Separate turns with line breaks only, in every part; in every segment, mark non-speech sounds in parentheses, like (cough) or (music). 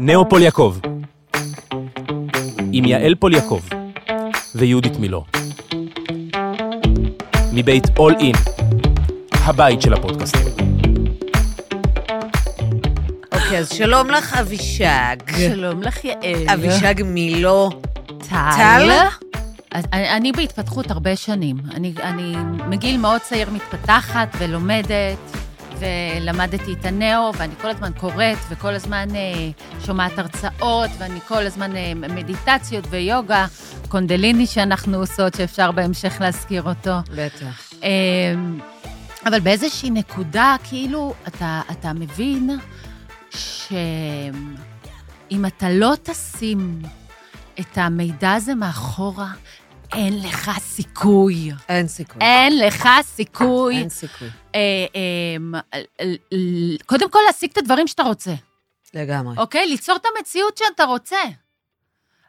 נאופול יעקב, עם יעל פול יעקב ויהודית מילוא. מבית All In, הבית של הפודקאסטים.
אוקיי, אז שלום לך, אבישג.
שלום לך, יעל.
אבישג מילוא.
טל? אז אני אני בהתפתחות הרבה שנים. אני, אני מגיל מאוד צעיר מתפתחת ולומדת, ולמדתי את הנאו, ואני כל הזמן קוראת, וכל הזמן אה, שומעת הרצאות, ואני כל הזמן אה, מדיטציות ויוגה, קונדליני שאנחנו עושות, שאפשר בהמשך להזכיר אותו.
בטח.
אמ, אבל באיזושהי נקודה, כאילו, אתה, אתה מבין שאם אתה לא תשים את המידע הזה מאחורה, אין לך סיכוי.
אין סיכוי. אה,
אין לך סיכוי.
אין סיכוי.
אה, אמ, ל- ל- קודם כל, להשיג את הדברים שאתה רוצה.
לגמרי.
אוקיי? ליצור את המציאות שאתה רוצה.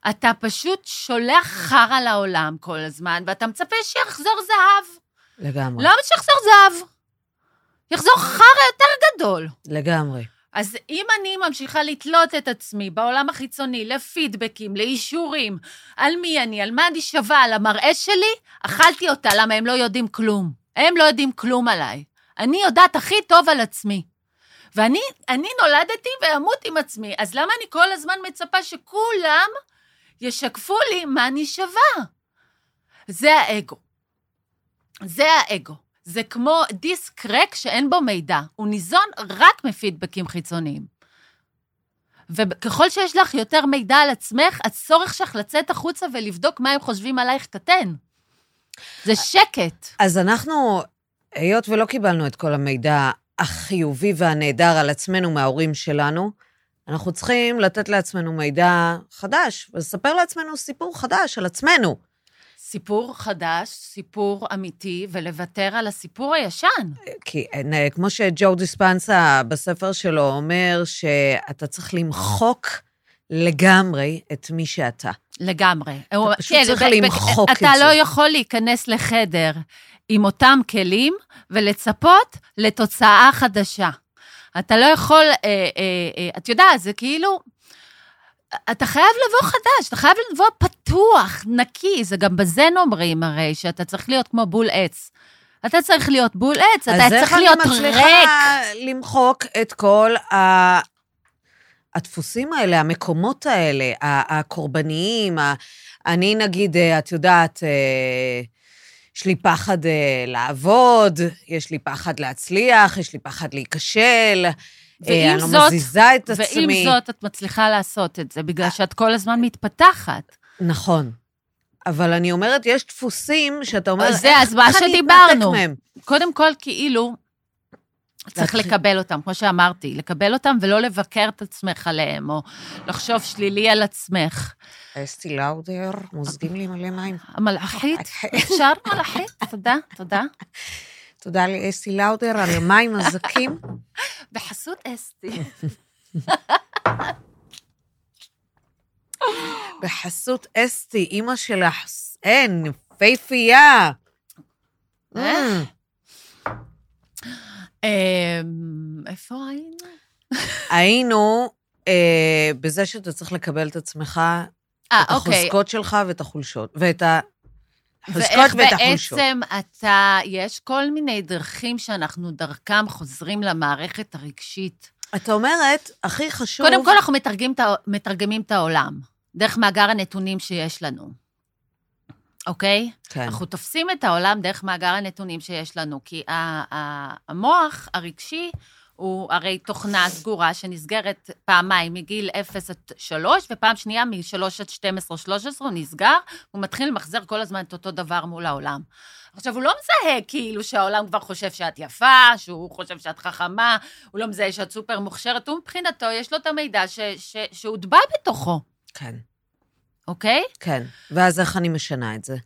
אתה פשוט שולח חרא לעולם כל הזמן, ואתה מצפה שיחזור זהב.
לגמרי.
למה שיחזור זהב? יחזור חרא יותר גדול.
לגמרי.
אז אם אני ממשיכה לתלות את עצמי בעולם החיצוני לפידבקים, לאישורים, על מי אני, על מה אני שווה, על המראה שלי, אכלתי אותה, למה הם לא יודעים כלום. הם לא יודעים כלום עליי. אני יודעת הכי טוב על עצמי. ואני אני נולדתי ואמות עם עצמי, אז למה אני כל הזמן מצפה שכולם ישקפו לי מה אני שווה? זה האגו. זה האגו. זה כמו דיסק ריק שאין בו מידע. הוא ניזון רק מפידבקים חיצוניים. וככל שיש לך יותר מידע על עצמך, הצורך שלך לצאת החוצה ולבדוק מה הם חושבים עלייך קטן. זה שקט.
אז אנחנו, היות ולא קיבלנו את כל המידע החיובי והנהדר על עצמנו מההורים שלנו, אנחנו צריכים לתת לעצמנו מידע חדש, ולספר לעצמנו סיפור חדש על עצמנו.
סיפור חדש, סיפור אמיתי, ולוותר על הסיפור הישן.
כי אה, כמו שג'ו דיספנסה בספר שלו אומר, שאתה צריך למחוק לגמרי את מי שאתה.
לגמרי. אתה
פשוט צריך למחוק את
אתה
זה.
לא יכול להיכנס לחדר עם אותם כלים ולצפות לתוצאה חדשה. אתה לא יכול, אה, אה, אה, את יודעת, זה כאילו... אתה חייב לבוא חדש, אתה חייב לבוא פתוח, נקי. זה גם בזן אומרים הרי, שאתה צריך להיות כמו בול עץ. אתה צריך להיות בול עץ, אתה
אז איך
צריך
אני
להיות
מצליחה
ריק.
למחוק את כל ה... הדפוסים האלה, המקומות האלה, ה- הקורבניים, ה... אני נגיד, אה, את יודעת, אה, יש לי פחד אה, לעבוד, יש לי פחד להצליח, יש לי פחד להיכשל, אה,
ועם
אני לא
זאת-
מזיזה את
ועם
עצמי. אה.
זאת, את מצליחה לעשות את זה, בגלל שאת כל הזמן מתפתחת.
נכון. אבל אני אומרת, יש דפוסים שאתה אומר,
אז זה,
איך
אז מה
איך אני
שדיברנו.
אתנתק מהם?
קודם כל, כאילו, צריך
להתחיל.
לקבל אותם, כמו שאמרתי, לקבל אותם ולא לבקר את עצמך עליהם, או לחשוב שלילי על עצמך.
אסתי לאודר, מוזגים לי מלא מים. אה,
המלאכית, אפשר מלאכית? (laughs) תודה, תודה.
תודה לאסי לאודר על המים
(laughs)
הזכים.
בחסות אסתי.
בחסות אסתי, אימא שלך, אין, יפייפייה.
אה.
אה,
אמ, איפה היינו?
היינו אה, בזה שאתה צריך לקבל את עצמך,
אה,
את
אוקיי.
החוזקות שלך ואת החולשות, ואת החוזקות
ואיך
ואת החולשות.
בעצם אתה, יש כל מיני דרכים שאנחנו דרכם חוזרים למערכת הרגשית.
אתה אומרת, הכי חשוב...
קודם כל, אנחנו מתרגמים, את ה- מתרגמים את העולם, דרך מאגר הנתונים שיש לנו, אוקיי?
כן,
אנחנו תופסים את העולם דרך מאגר הנתונים שיש לנו, כי ה- ה- המוח הרגשי הוא הרי תוכנה סגורה שנסגרת פעמיים, מגיל 0 עד 3, ופעם שנייה מ-3 עד 12, 13, הוא נסגר, הוא מתחיל למחזר כל הזמן את אותו דבר מול העולם. עכשיו, הוא לא מזהה כאילו שהעולם כבר חושב שאת יפה, שהוא חושב שאת חכמה, הוא לא מזהה שאת סופר מוכשרת, הוא מבחינתו, יש לו את המידע ש- ש- שהוטבע בתוכו,
כן,
אוקיי?
כן. ואז איך אני משנה את זה?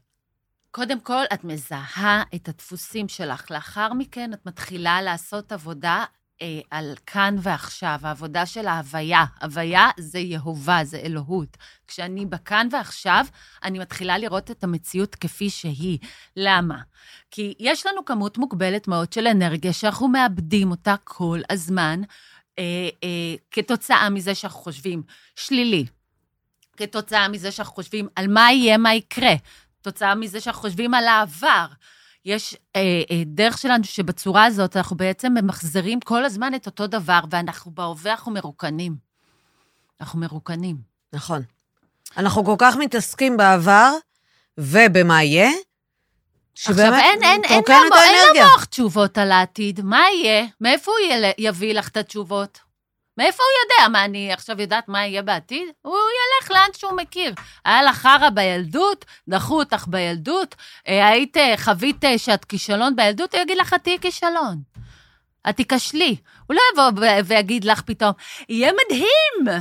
קודם כל, את מזהה את הדפוסים שלך. לאחר מכן, את מתחילה לעשות עבודה אה, על כאן ועכשיו, העבודה של ההוויה. הוויה זה יהובה, זה אלוהות. כשאני בכאן ועכשיו, אני מתחילה לראות את המציאות כפי שהיא. למה? כי יש לנו כמות מוגבלת מאוד של אנרגיה שאנחנו מאבדים אותה כל הזמן. אה, אה, כתוצאה מזה שאנחנו חושבים שלילי, כתוצאה מזה שאנחנו חושבים על מה יהיה, מה יקרה, כתוצאה מזה שאנחנו חושבים על העבר. יש אה, אה, דרך שלנו שבצורה הזאת אנחנו בעצם ממחזרים כל הזמן את אותו דבר, ואנחנו בהווה, אנחנו מרוקנים. אנחנו מרוקנים.
נכון. אנחנו כל כך מתעסקים בעבר ובמה יהיה,
עכשיו, אין, אין, אין,
פורקן את
למוח, אין
האנרגיה.
למוח תשובות על העתיד. מה יהיה? מאיפה הוא יל... יביא לך את התשובות? מאיפה הוא יודע? מה, אני עכשיו יודעת מה יהיה בעתיד? הוא ילך לאן שהוא מכיר. היה לך חרא בילדות, דחו אותך בילדות, אה, היית, אה, חווית אה, שאת כישלון בילדות, הוא יגיד לך, את תהיי כישלון. את תיכשלי. הוא לא יבוא ו- ויגיד לך פתאום, יהיה מדהים,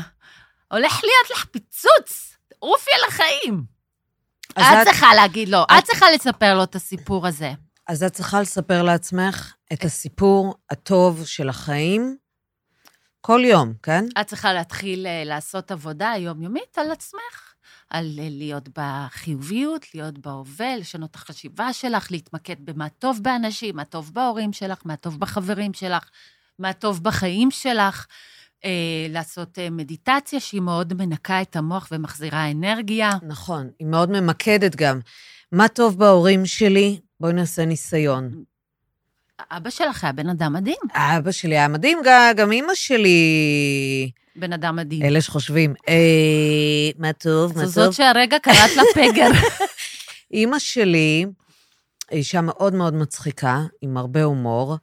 הולך להיות לך פיצוץ, עופי על החיים.
אז
את
את-
צריכה להגיד לו,
את-
את צריכה לספר לו את הסיפור הזה.
אז את צריכה לספר לעצמך את הסיפור הטוב של החיים כל יום, כן?
את צריכה להתחיל אה, לעשות עבודה יומיומית על עצמך, על אה, להיות בחיוביות, להיות בהווה, לשנות את החשיבה שלך, להתמקד במה טוב באנשים, מה טוב בהורים שלך, מה טוב בחברים שלך, מה טוב בחיים שלך, אה, לעשות אה, מדיטציה שהיא מאוד מנקה את המוח ומחזירה אנרגיה.
נכון, היא מאוד ממקדת גם. מה טוב בהורים שלי? בואי נעשה ניסיון.
אבא שלך היה בן אדם מדהים,
אבא שלי היה מדהים, גם, גם אימא שלי,
בן אדם מדהים.
אלה שחושבים, אה, מה טוב, מה
זו זאת
טוב.
שהרגע קראת לה
(laughs)
פגר.
אימא שלי, אישה מאוד מאוד מצחיקה, עם הרבה הומור,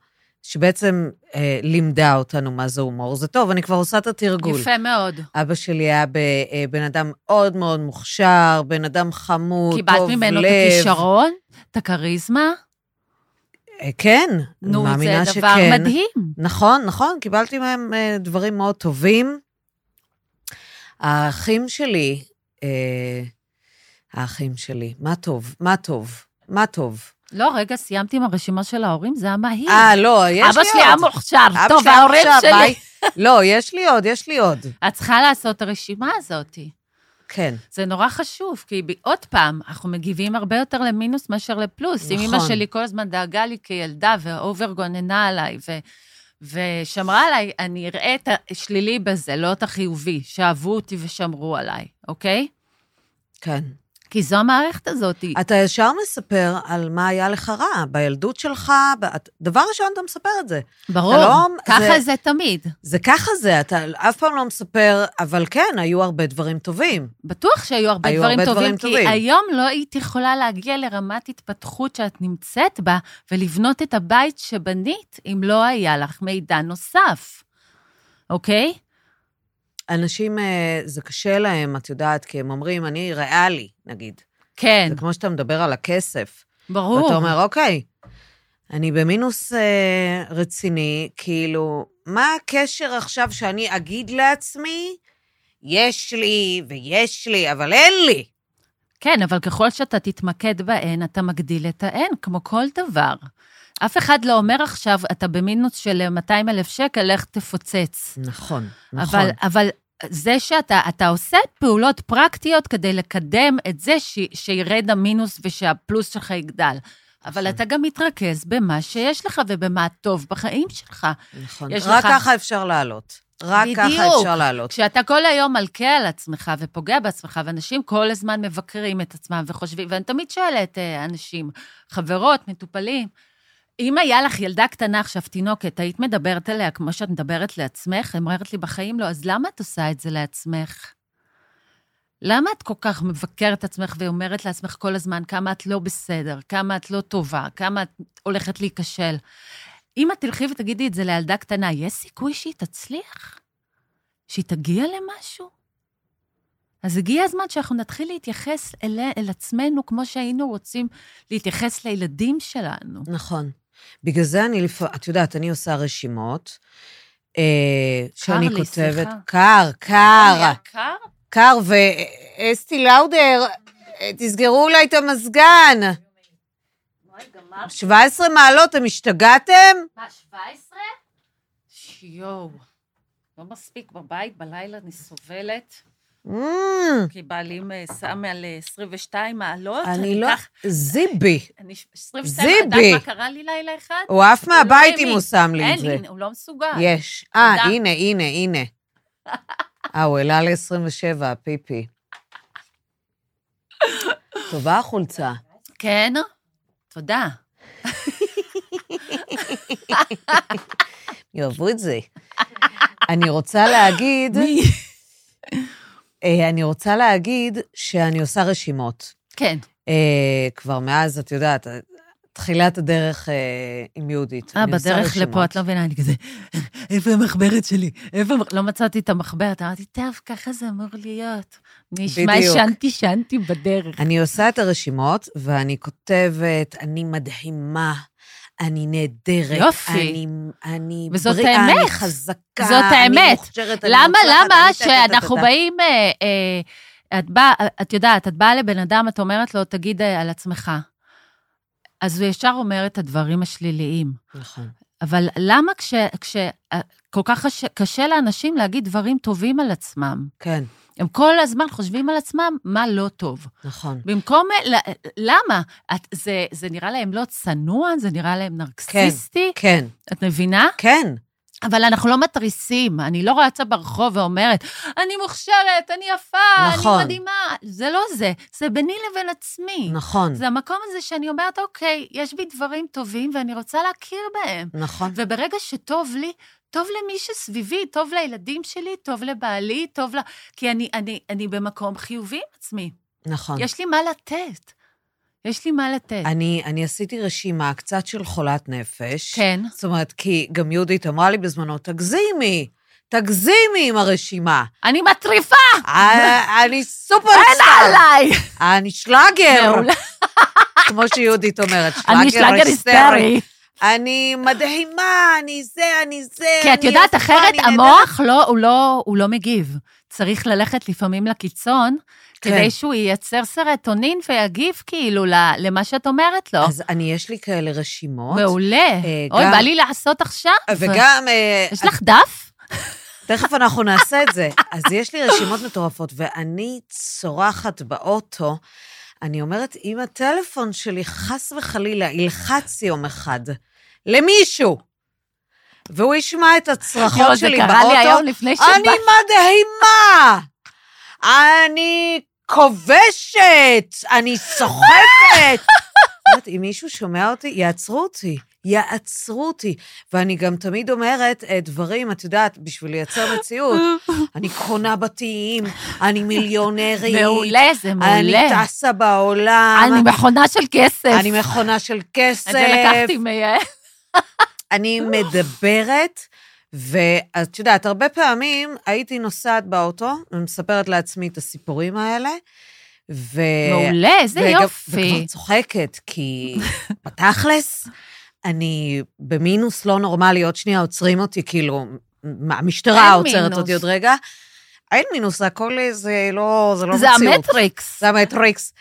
שבעצם אה, לימדה אותנו מה זה הומור. זה טוב, אני כבר עושה את התרגול.
יפה מאוד.
אבא שלי היה ב- אה, בן אדם מאוד מאוד מוכשר, בן אדם חמוד, טוב לב.
קיבלת ממנו את הכישרון, את הכריזמה.
אה, כן, אני
נו, זה
מאמינה
דבר
שכן.
מדהים.
נכון, נכון, קיבלתי מהם אה, דברים מאוד טובים. האחים שלי, אה, האחים שלי, מה טוב, מה טוב, מה טוב.
לא, רגע, סיימתי עם הרשימה של ההורים, זה היה מהיר.
אה, לא, יש לי עוד.
אבא שלי היה מוכשר,
אבא
טוב,
שלי היה
ההורים
מוכשר, ביי.
שלי.
לא, יש לי עוד, יש לי עוד.
את צריכה לעשות את הרשימה הזאת.
כן,
זה נורא חשוב, כי ב- עוד פעם, אנחנו מגיבים הרבה יותר למינוס מאשר לפלוס. אם אימא
נכון.
שלי כל הזמן דאגה לי כילדה, ואובר גוננה עליי, ו... ושמרה עליי, אני אראה את השלילי בזה, לא את החיובי, שאהבו אותי ושמרו עליי, אוקיי?
כן.
כי זו המערכת הזאת.
אתה ישר מספר על מה היה לך רע בילדות שלך, ב- את- דבר ראשון אתה מספר את זה.
ברור,
שלום,
ככה
זה-
זה תמיד.
זה ככה זה, אתה אף פעם לא מספר, אבל כן, היו הרבה דברים טובים.
בטוח שהיו הרבה
היו
דברים
הרבה
טובים,
דברים
כי
טובים.
היום לא היית יכולה להגיע לרמת התפתחות שאת נמצאת בה ולבנות את הבית שבנית אם לא היה לך מידע נוסף, אוקיי?
אנשים, אה, זה קשה להם, את יודעת, כי הם אומרים, אני ריאלי, נגיד.
כן,
זה כמו שאתה מדבר על הכסף.
ברור.
ואתה אומר, אוקיי, אני במינוס אה, רציני, כאילו, מה הקשר עכשיו שאני אגיד לעצמי, יש לי ויש לי, אבל אין לי?
כן, אבל ככל שאתה תתמקד בהן, אתה מגדיל את ההן, כמו כל דבר. אף אחד לא אומר עכשיו, אתה במינוס של 200 אלף שקל, לך תפוצץ.
נכון,
אבל, אבל זה שאתה אתה עושה פעולות פרקטיות כדי לקדם את זה ש, שירד המינוס ושהפלוס שלך יגדל. אבל אתה גם מתרכז במה שיש לך ובמה הטוב בחיים שלך.
נכון.
יש
רק
לך-
ככה אפשר לעלות. רק ככה
בדיוק.
אפשר לעלות.
כשאתה כל היום מלכה על עצמך ופוגע בעצמך, ואנשים כל הזמן מבקרים את עצמם וחושבים, ואני תמיד שואלת אה, אנשים, חברות, מטופלים, אם היה לך ילדה קטנה עכשיו, תינוקת, היית מדברת אליה כמו שאת מדברת לעצמך? היא אומרת לי, בחיים לא, אז למה את עושה את זה לעצמך? למה את כל כך מבקרת את עצמך ואומרת לעצמך כל הזמן כמה את לא בסדר, כמה את לא טובה, כמה את הולכת להיכשל? אם את תלכי ותגידי את זה לילדה קטנה, יש סיכוי שהיא תצליח? שהיא תגיע למשהו? אז הגיע הזמן שאנחנו נתחיל להתייחס אל, אל עצמנו כמו שהיינו רוצים להתייחס לילדים שלנו.
נכון. בגלל זה אני לפעמים, את יודעת, אני עושה רשימות, אה, שאני
לי,
כותבת...
סליחה. אוקיי.
קר, קר,
יקר?
קר, ואסתי לאודר, אה, תסגרו אולי את המזגן. 17 מעלות, אתם השתגעתם?
מה, 17? שיואו, לא מספיק בבית, בלילה אני סובלת.
Mm,
כי בעלי אה, שם על אה, 22 מעלות.
אני לא...
אקח-
זיבי.
אני ש- 22 מעלות, אתה
זיבי.
יודע מה קרה לי לילה אחד?
הוא עף
לא
מהבית אם
האמין.
הוא שם לי את
אין,
זה.
הנה, הוא לא מסוגל.
יש. אה,
תודה.
הנה, הנה, הנה.
(laughs)
אה, הוא העלה ל-27, הפיפי. טובה החולצה.
כן? תודה.
יאהבו את זה. אני רוצה להגיד, אה, אני רוצה להגיד שאני עושה רשימות.
כן.
אה, כבר מאז, את יודעת, אה, תחילת הדרך אה, עם יהודית.
אה,
אני עושה
בדרך
רשימות.
לפה, את לא מבינה, אני כזה, איפה המחברת שלי? איפה המח... לא מצאתי את המחברת, אמרתי, טוב, ככה זה אמור להיות. נשמע,
בדיוק.
שנתי, שנתי בדרך.
אני עושה את הרשימות, ואני כותבת, אני מדהימה, אני נהדרת.
יופי.
אני, אני
וזאת
בריאה, אני
האמת.
חזקה.
זאת
אני
האמת.
מוכשרת, אני
למה,
מוצלחת,
למה
אני טה-טה-טה-טה-טה.
שאנחנו באים... אה, אה, את באה, את יודעת, את באה לבן אדם, את אומרת לו, תגיד אה, על עצמך. אז הוא ישר אומר את הדברים השליליים.
נכון.
אבל למה כש... כש אה, כל כך קשה, קשה לאנשים להגיד דברים טובים על עצמם?
כן,
הם כל הזמן חושבים על עצמם מה לא טוב.
נכון.
במקום... אה, ל- למה? את, זה, זה נראה להם לא צנוע? זה נראה להם נרקסיסטי?
כן,
את מבינה?
כן.
אבל אנחנו לא מתריסים. אני לא רצה ברחוב ואומרת, אני מוכשרת, אני יפה,
נכון.
אני מדהימה. זה לא זה, זה ביני לבין עצמי.
נכון,
זה המקום הזה שאני אומרת, אוקיי, יש בי דברים טובים ואני רוצה להכיר בהם.
נכון,
וברגע שטוב לי, טוב למי שסביבי, טוב לילדים שלי, טוב לבעלי, טוב ל... כי אני, אני, אני במקום חיובי עם עצמי.
נכון.
יש לי מה לתת. יש לי מה לתת.
אני, אני עשיתי רשימה קצת של חולת נפש.
כן.
זאת אומרת, כי גם יהודית אמרה לי בזמנו, תגזימי, תגזימי עם הרשימה.
אני מטריפה
אה, אני סופרסטאר,
עליי!
אני שלאגר,
מעולה.
(laughs) כמו שיהודית אומרת,
אני שלאגר היסטרי.
אני מדהימה, אני זה, אני זה,
כי את
אני
יודעת,
יפה,
אחרת
אני נהדרת.
המוח לא, הוא לא, הוא לא מגיב. צריך ללכת לפעמים לקיצון,
כן.
כדי שהוא ייצר סרטונין ויגיב כאילו ל- למה שאת אומרת לו.
אז אני, יש לי כאלה רשימות.
לא. מעולה.
אה,
אוי,
גם-
בא לי לעשות עכשיו.
וגם, אה,
יש לך דף?
תכף אנחנו נעשה את זה. אז יש לי רשימות מטורפות, ואני צורחת באוטו. אני אומרת, אם הטלפון שלי חס וחלילה ילחץ יום אחד למישהו, והוא ישמע את הצרחות
יואו, נכון, זה
שלי באוטו,
קרה לי היום לפני
אני
שבא.
מדהימה! אני כובשת! אני
(laughs)
סוחפת! אומרת, אם מישהו שומע אותי, יעצרו אותי. יעצרו אותי. ואני גם תמיד אומרת אה, דברים, את יודעת, בשביל לייצר מציאות.
(laughs)
אני קונה בתים, אני מיליונרית.
מעולה, זה
אני
מעולה.
טסה בעולם.
אני מכונה של כסף.
אני אה, מכונה של
את זה
כסף.
לקחתי מ...
אני
אה.
מדברת, ואת יודעת, הרבה פעמים הייתי נוסעת באוטו ומספרת לעצמי את הסיפורים האלה, ו...
מעולה, איזה
וגם-
יופי.
וכבר צוחקת,
(laughs)
כי בתכלס, אני במינוס לא נורמלי, עוד שנייה עוצרים אותי, כאילו, מה, המשטרה
אין
עוצרת
מינוס.
אותי עוד רגע. אין מינוס, זה הכל זה לא, זה לא
זה
מציאות.
המטריקס.
זה המטריקס.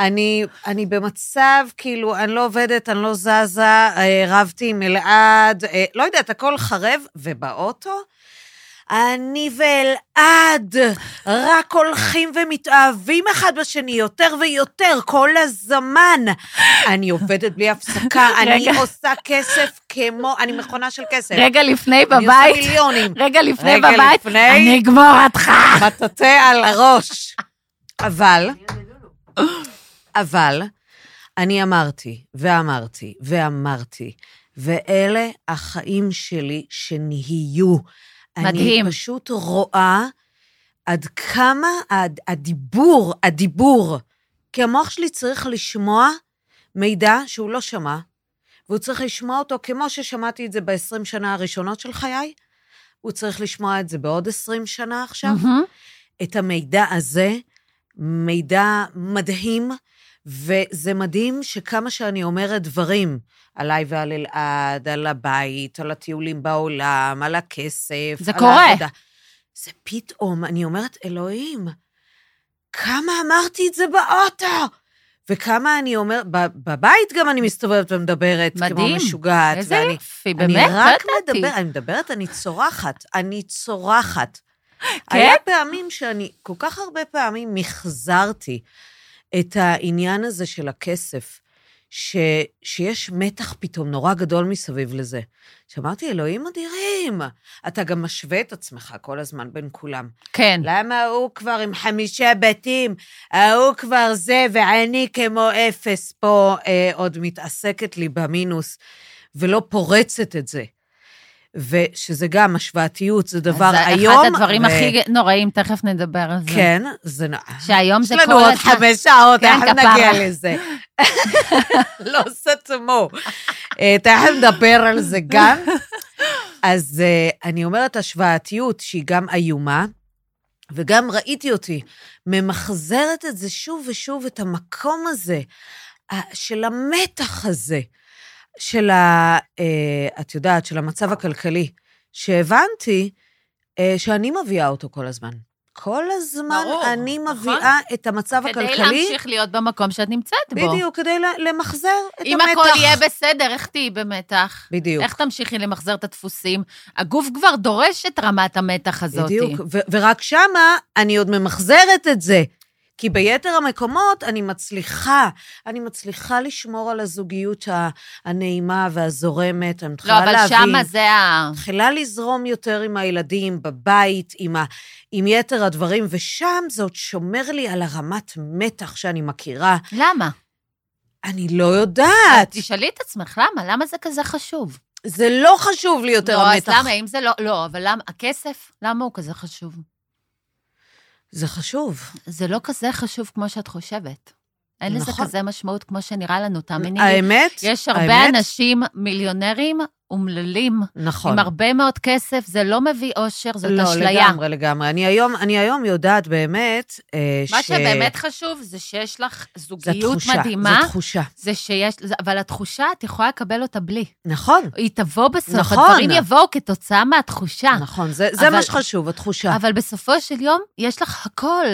אני, אני במצב, כאילו, אני לא עובדת, אני לא זזה, אה, רבתי עם אלעד, אה, לא יודעת, הכל חרב, ובאוטו, אני ואלעד רק הולכים ומתאהבים אחד בשני יותר ויותר כל הזמן. אני עובדת בלי הפסקה, אני
רגע.
עושה כסף כמו, אני מכונה של כסף.
רגע לפני
אני עושה
בבית,
מיליונים.
רגע לפני
רגע
בבית,
לפני.
אני אגמור אותך.
מטאטא על הראש. אבל, אבל, אני אמרתי, ואמרתי, ואמרתי, ואלה החיים שלי שנהיו.
מדהים.
אני פשוט רואה עד כמה הד- הדיבור, הדיבור, כי המוח שלי צריך לשמוע מידע שהוא לא שמע, והוא צריך לשמוע אותו כמו ששמעתי את זה ב-20 שנה הראשונות של חיי, הוא צריך לשמוע את זה בעוד 20 שנה עכשיו.
מהמם.
את המידע הזה, מידע מדהים, וזה מדהים שכמה שאני אומרת דברים, עליי ועל אלעד, על הבית, על הטיולים בעולם, על הכסף,
זה
על
קורה.
העבודה. זה פתאום, אני אומרת, אלוהים, כמה אמרתי את זה באוטו! וכמה אני אומרת, בבית גם אני מסתובבת ומדברת, כמו
מדהים.
משוגעת.
איזה
ואני-
יופי,
אני
באמת, לא
רק
ידעתי. (laughs)
מדברת, אני מדברת, אני צורחת, אני צורחת.
כן?
היה פעמים שאני כל כך הרבה פעמים מחזרתי את העניין הזה של הכסף, ש, שיש מתח פתאום נורא גדול מסביב לזה. שאמרתי, אלוהים אדירים, אתה גם משווה את עצמך כל הזמן בין כולם.
כן.
למה הוא כבר עם חמישה בתים, ההוא כבר זה, ואני כמו אפס פה אה, עוד מתעסקת לי במינוס, ולא פורצת את זה. ושזה גם, השוואתיות זה דבר
אז
איום.
אחד הדברים הכי נוראים, תכף נדבר על זה.
כן, זה נורא.
שהיום
יש
זה
לנו
כל
עוד
הזמן-
חמש שעות,
כן,
תכף
כפרה.
נגיע
(laughs)
לזה. לא סתמו. אה, תכף נדבר על זה גם. אז אה, אני אומרת השוואתיות, שהיא גם איומה, וגם ראיתי אותי ממחזרת את זה שוב ושוב, את המקום הזה, אה, של המתח הזה, של ה... אה, את יודעת, של המצב הכלכלי, שהבנתי אה, שאני מביאה אותו כל הזמן. כל הזמן
ברור,
אני
נכון.
מביאה את המצב הכלכלי.
כדי להמשיך להיות במקום שאת נמצאת בו.
בדיוק, כדי ל- למחזר את
אם
המתח.
הכל יהיה בסדר, איך תהיי במתח?
בדיוק.
איך תמשיכי למחזר את הדפוסים? הגוף כבר דורש את רמת המתח הזאת. לא,
בדיוק, ו- ורק שמה אני עוד ממחזרת את זה. כי ביתר המקומות אני מצליחה, אני מצליחה לשמור על הזוגיות ה- הנעימה והזורמת, אני
לא,
מתחילה
אבל
להבין.
שמה זה ה...
מתחילה לזרום יותר עם הילדים, בבית, עם, ה, עם יתר הדברים, ושם זה עוד שומר לי על הרמת מתח שאני מכירה.
למה?
אני לא יודעת,
תשאלי את עצמך, למה? למה זה כזה חשוב?
זה לא חשוב לי יותר
לא, אז
המתח.
למה, אם זה לא... לא, אבל למה... הכסף, למה הוא כזה חשוב?
זה חשוב.
זה לא כזה חשוב כמו שאת חושבת. אין לזה
נכון.
כזה משמעות כמו שנראה לנו, תאמיני לי.
האמת,
יש הרבה
האמת,
אנשים מיליונרים אומללים,
נכון.
עם הרבה מאוד כסף, זה לא מביא אושר, זאת
לא,
אשליה.
לגמרי, לגמרי. אני היום, אני היום יודעת באמת אה,
מה שבאמת חשוב זה שיש לך
זה
זוגיות
תחושה,
מדהימה,
זה תחושה,
זה שיש, זה- אבל התחושה, את יכולה לקבל אותה בלי.
נכון,
היא תבוא בסוף,
נכון.
הדברים יבואו כתוצאה מהתחושה.
נכון, זה, זה
אה, אבל-
מה שחשוב, התחושה,
אבל בסופו של יום, יש לך הכל.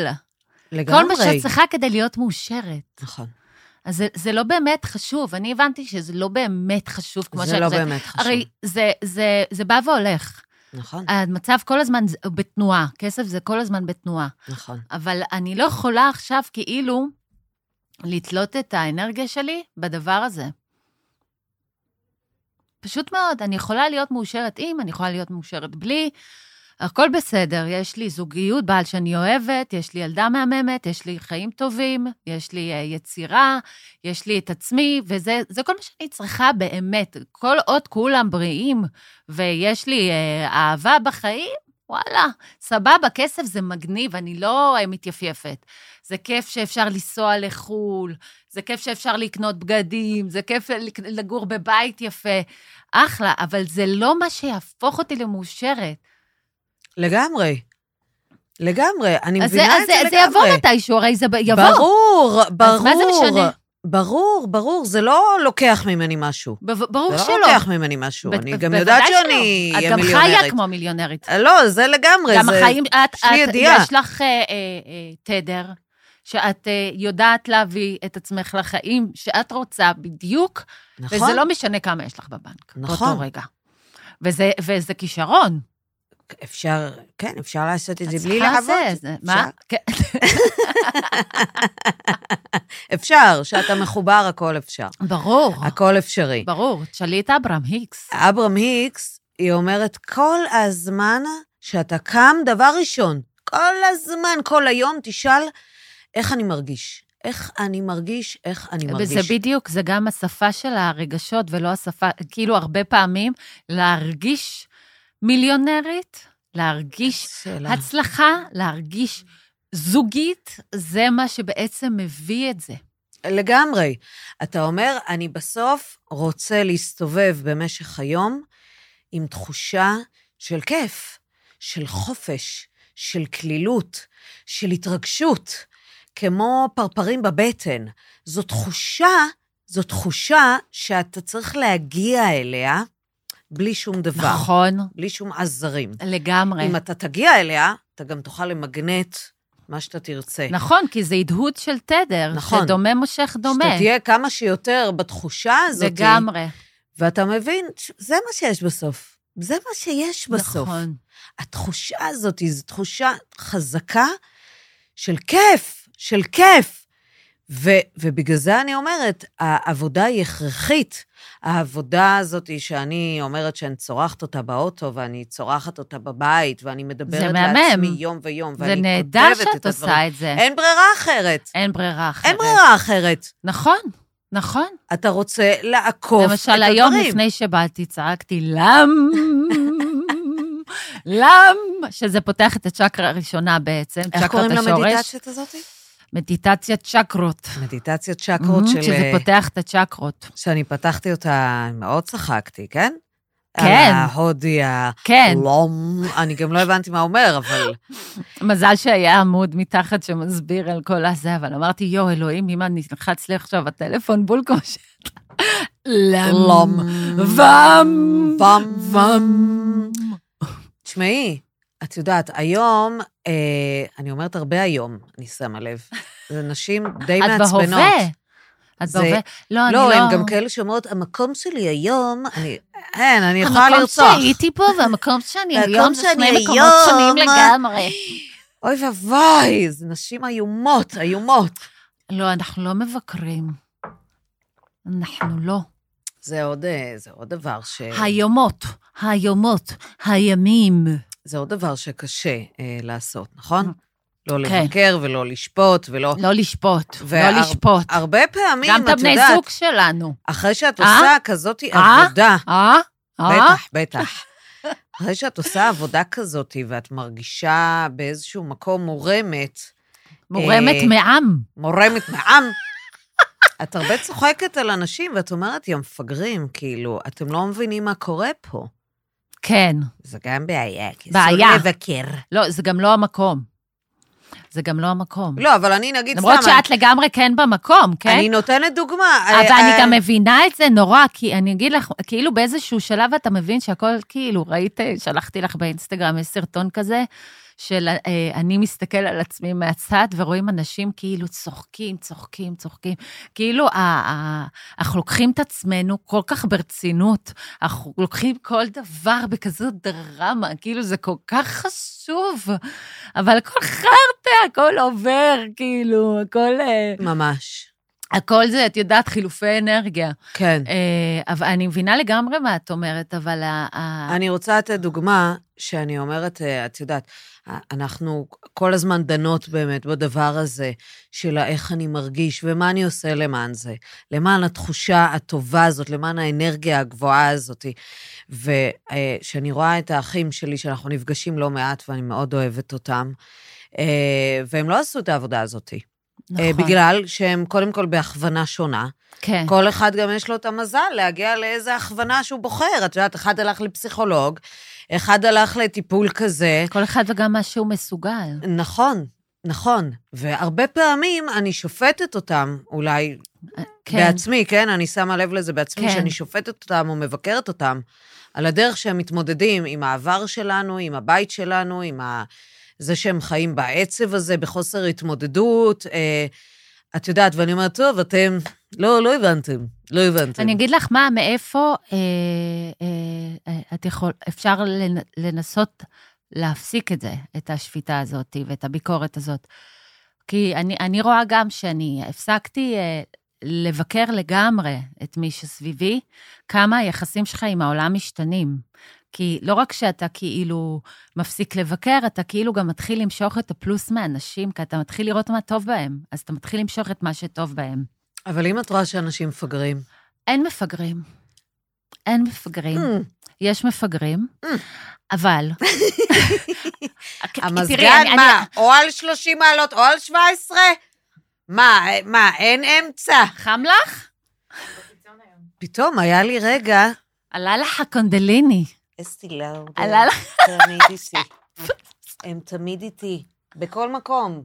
לגמרי.
כל מה שאת צריכה כדי להיות מאושרת.
נכון,
אז זה, זה לא באמת חשוב. אני הבנתי שזה לא באמת חשוב כמו
זה
שאת-
לא באמת חשוב,
הרי זה, זה, זה בא והולך.
נכון,
המצב כל הזמן זה- בתנועה, כסף זה כל הזמן בתנועה.
נכון,
אבל אני לא יכולה עכשיו כאילו לתלות את האנרגיה שלי בדבר הזה. פשוט מאוד, אני יכולה להיות מאושרת עם, אני יכולה להיות מאושרת בלי, הכל בסדר, יש לי זוגיות, בעל שאני אוהבת, יש לי ילדה מהממת, יש לי חיים טובים, יש לי אה, יצירה, יש לי את עצמי, וזה זה כל מה שאני צריכה באמת. כל עוד כולם בריאים ויש לי אה, אהבה בחיים, וואלה, סבבה, כסף זה מגניב, אני לא אה, מתייפייפת. זה כיף שאפשר לנסוע לחו"ל, זה כיף שאפשר לקנות בגדים, זה כיף לק- לגור בבית יפה, אחלה, אבל זה לא מה שיהפוך אותי למאושרת.
לגמרי, לגמרי, אני
אז,
מבינה
זה, אז
את זה
זה,
לגמרי.
זה יבוא מתישהו, הרי זה ב- יבוא.
ברור, ברור.
מה זה משנה?
ברור, ברור, זה לא לוקח ממני משהו.
ב- ברור
זה
שלא.
לא לוקח ממני משהו.
ב-
אני
ב-
גם
בוודאי
יודעת
שלא.
שאני
את
אהיה
גם חיה
מיליונרת.
כמו מיליונרית.
לא, זה לגמרי.
גם
זה-
החיים, את,
יש לי
את,
ידיעה.
יש לך אה, אה, אה, תדר, שאת אה, יודעת להביא את עצמך לחיים שאת רוצה בדיוק,
נכון.
נכון. וזה לא משנה כמה יש לך בבנק,
נכון.
באותו רגע. וזה, וזה כישרון.
אפשר, כן, אפשר לעשות את
את
זה בלי
צריכה
לעבוד.
זה, זה, מה? כן.
אפשר, שאתה מחובר, הכל אפשר.
ברור,
הכל אפשרי.
ברור. תשאלי את אברהם היקס.
אברהם היקס, היא אומרת, כל הזמן שאתה קם, דבר ראשון, כל הזמן, כל היום, תשאל איך אני מרגיש. איך אני מרגיש, איך אני מרגיש.
וזה בדיוק, זה גם השפה של הרגשות ולא השפה, כאילו הרבה פעמים להרגיש מיליונרית, להרגיש
שאלה.
הצלחה, להרגיש זוגית, זה מה שבעצם מביא את זה.
לגמרי. אתה אומר, אני בסוף רוצה להסתובב במשך היום עם תחושה של כיף, של חופש, של קלילות, של התרגשות, כמו פרפרים בבטן. זו תחושה, זו תחושה שאתה צריך להגיע אליה בלי שום דבר.
נכון,
בלי שום עזרים.
לגמרי.
אם אתה תגיע אליה, אתה גם תוכל למגנט מה שאתה תרצה.
נכון, כי זה הדהוד של תדר.
נכון.
שדומה מושך דומה.
שאתה תהיה כמה שיותר בתחושה הזאת.
לגמרי.
ואתה מבין, ש- זה מה שיש בסוף. זה מה שיש בסוף. נכון.
נכון.
התחושה הזאת היא זו תחושה חזקה של כיף, של כיף. ו, ובגלל זה אני אומרת, העבודה היא הכרחית. העבודה הזאת היא שאני אומרת שאני צורחת אותה באוטו, ואני צורחת אותה בבית, ואני מדברת
מהמם.
לעצמי יום ויום,
זה
ואני
נהדר
כותבת
שאת
את הדברים.
עושה את זה.
אין ברירה אחרת.
אין ברירה אחרת.
אין ברירה אחרת.
נכון, נכון.
אתה רוצה לעקוף את הדברים.
למשל, היום לפני שבאתי צעקתי, למ... למ... שזה פותח את הצ'קרה הראשונה בעצם,
איך
צ'קרת
קוראים
השורש.
למדיטציות הזאת?
מדיטציית צ'קרות.
מדיטציות צ'קרות של... אה,
שזה פותח את הצ'קרות.
שאני פתחתי אותה, מאוד צחקתי, כן?
כן.
על ההודי,
כן,
הלום, אני גם לא הבנתי מה אומר, אבל...
מזל שהיה עמוד מתחת שמסביר על כל הזה, אבל אמרתי, יו, אלוהים, אם אני נלחץ לי עכשיו הטלפון בול כמו ש...
לום. אמ.
למ... ואם.
ואם.
ואם.
תשמעי, את יודעת, היום, אה, אני אומרת הרבה היום, אני שמה לב, זה נשים די
את
מעצבנות.
בהווה. את
זה-
בהווה. לא, אני לא...
לא, הם גם כאלה שאומרות, המקום שלי היום, אני... אין, אני יכולה
המקום
לרצוח.
שהייתי פה והמקום שאני
והמקום
היום, זה
שאני
שני מקומות
היום,
שונים
אה.
לגמרי.
אוי ואבוי, זה נשים איומות, איומות.
לא, אנחנו לא מבקרים. אנחנו לא.
זה עוד, אה, זה עוד דבר ש...
היומות, היומות, הימים.
זה עוד דבר שקשה אה, לעשות, נכון? לא
כן.
לבקר ולא לשפוט ולא...
לא לשפוט,
והר-
לא לשפוט.
הרבה פעמים,
גם
את
את הבני
יודעת,
זוג שלנו.
אחרי שאת
אה?
עושה כזאת
אה?
עבודה,
אה? אה?
בטח, בטח. אחרי שאת עושה עבודה כזאת ואת מרגישה באיזשהו מקום מורמת,
מורמת
אה,
מעם.
מורמת מעם, את הרבה צוחקת על אנשים ואת אומרת, יא מפגרים, כאילו, אתם לא מבינים מה קורה פה.
כן.
זה גם בעיה, כי
בעיה.
אסור לבקר.
לא, זה גם לא המקום. זה גם לא המקום.
לא, אבל אני נגיד סתם...
למרות
אני-
שאת לגמרי כן במקום, כן?
אני נותנת דוגמה.
אבל
אה,
אני
אה,
גם מבינה את זה נורא, כי אני אגיד לך, כאילו באיזשהו שלב אתה מבין שהכל, כאילו, ראית, שלחתי לך באינסטגרם, יש סרטון כזה, של אה, אני מסתכל על עצמי מהצד, ורואים אנשים כאילו צוחקים, צוחקים, צוחקים. כאילו, ה- ה- אנחנו לוקחים את עצמנו כל כך ברצינות, אנחנו לוקחים כל דבר בכזו דרמה, כאילו, זה כל כך חשוב, אבל הכל חרטא, הכל עובר, כאילו, הכל... אה,
ממש.
הכל זה, את יודעת, חילופי אנרגיה.
כן.
אה, אבל אני מבינה לגמרי מה את אומרת, אבל ה... ה-
אני רוצה לתת דוגמה שאני אומרת, אה, את יודעת, אה, אנחנו כל הזמן דנות באמת בדבר הזה של איך אני מרגיש ומה אני עושה למען זה, למען התחושה הטובה הזאת, למען האנרגיה הגבוהה הזאת. וכשאני רואה את האחים שלי, שאנחנו נפגשים לא מעט ואני מאוד אוהבת אותם, אה, והם לא עשו את העבודה הזאת, אה, בגלל שהם קודם כל בהכוונה שונה.
נכון. כן,
כל אחד גם יש לו את המזל להגיע לאיזה הכוונה שהוא בוחר. את יודעת, אחד הלך לפסיכולוג, אחד הלך לטיפול כזה.
כל אחד וגם מה שהוא מסוגל.
נכון, נכון. והרבה פעמים אני שופטת אותם, אולי כן.
כן,
בעצמי, כן? אני שמה לב לזה בעצמי,
כן.
שאני שופטת אותם או מבקרת אותם, על הדרך שהם מתמודדים עם העבר שלנו, עם הבית שלנו, עם ה... זה שהם חיים בעצב הזה, בחוסר התמודדות. אה, את יודעת, ואני אומרת, טוב, אתם... לא, לא הבנתם. לא הבנתם.
אני אגיד לך מה, מאיפה אה, אה, אה, את יכול, אפשר לנ- לנסות להפסיק את זה, את השפיטה הזאת ואת הביקורת הזאת. כי אני, אני רואה גם שאני הפסקתי אה, לבקר לגמרי את מי שסביבי, כמה היחסים שלך עם העולם משתנים. כי לא רק שאתה כאילו מפסיק לבקר, אתה כאילו גם מתחיל למשוך את הפלוס מהאנשים, כי אתה מתחיל לראות מה טוב בהם, אז אתה מתחיל למשוך את מה שטוב בהם.
אבל אם את רואה שאנשים מפגרים...
אין מפגרים. אין מפגרים.
"Hmm,
יש מפגרים,
Mm. (laughs)
אבל... תראי,
המזגן,
אני- אני-
מה, או על 30 מעלות או על 17? מה, אה, מה, אין אמצע.
חם לך?
פתאום היה לי רגע...
עלה לך הקונדליני.
אסתי לאודר,
עלה
תמיד איתי.
(laughs)
הם תמיד איתי, בכל מקום.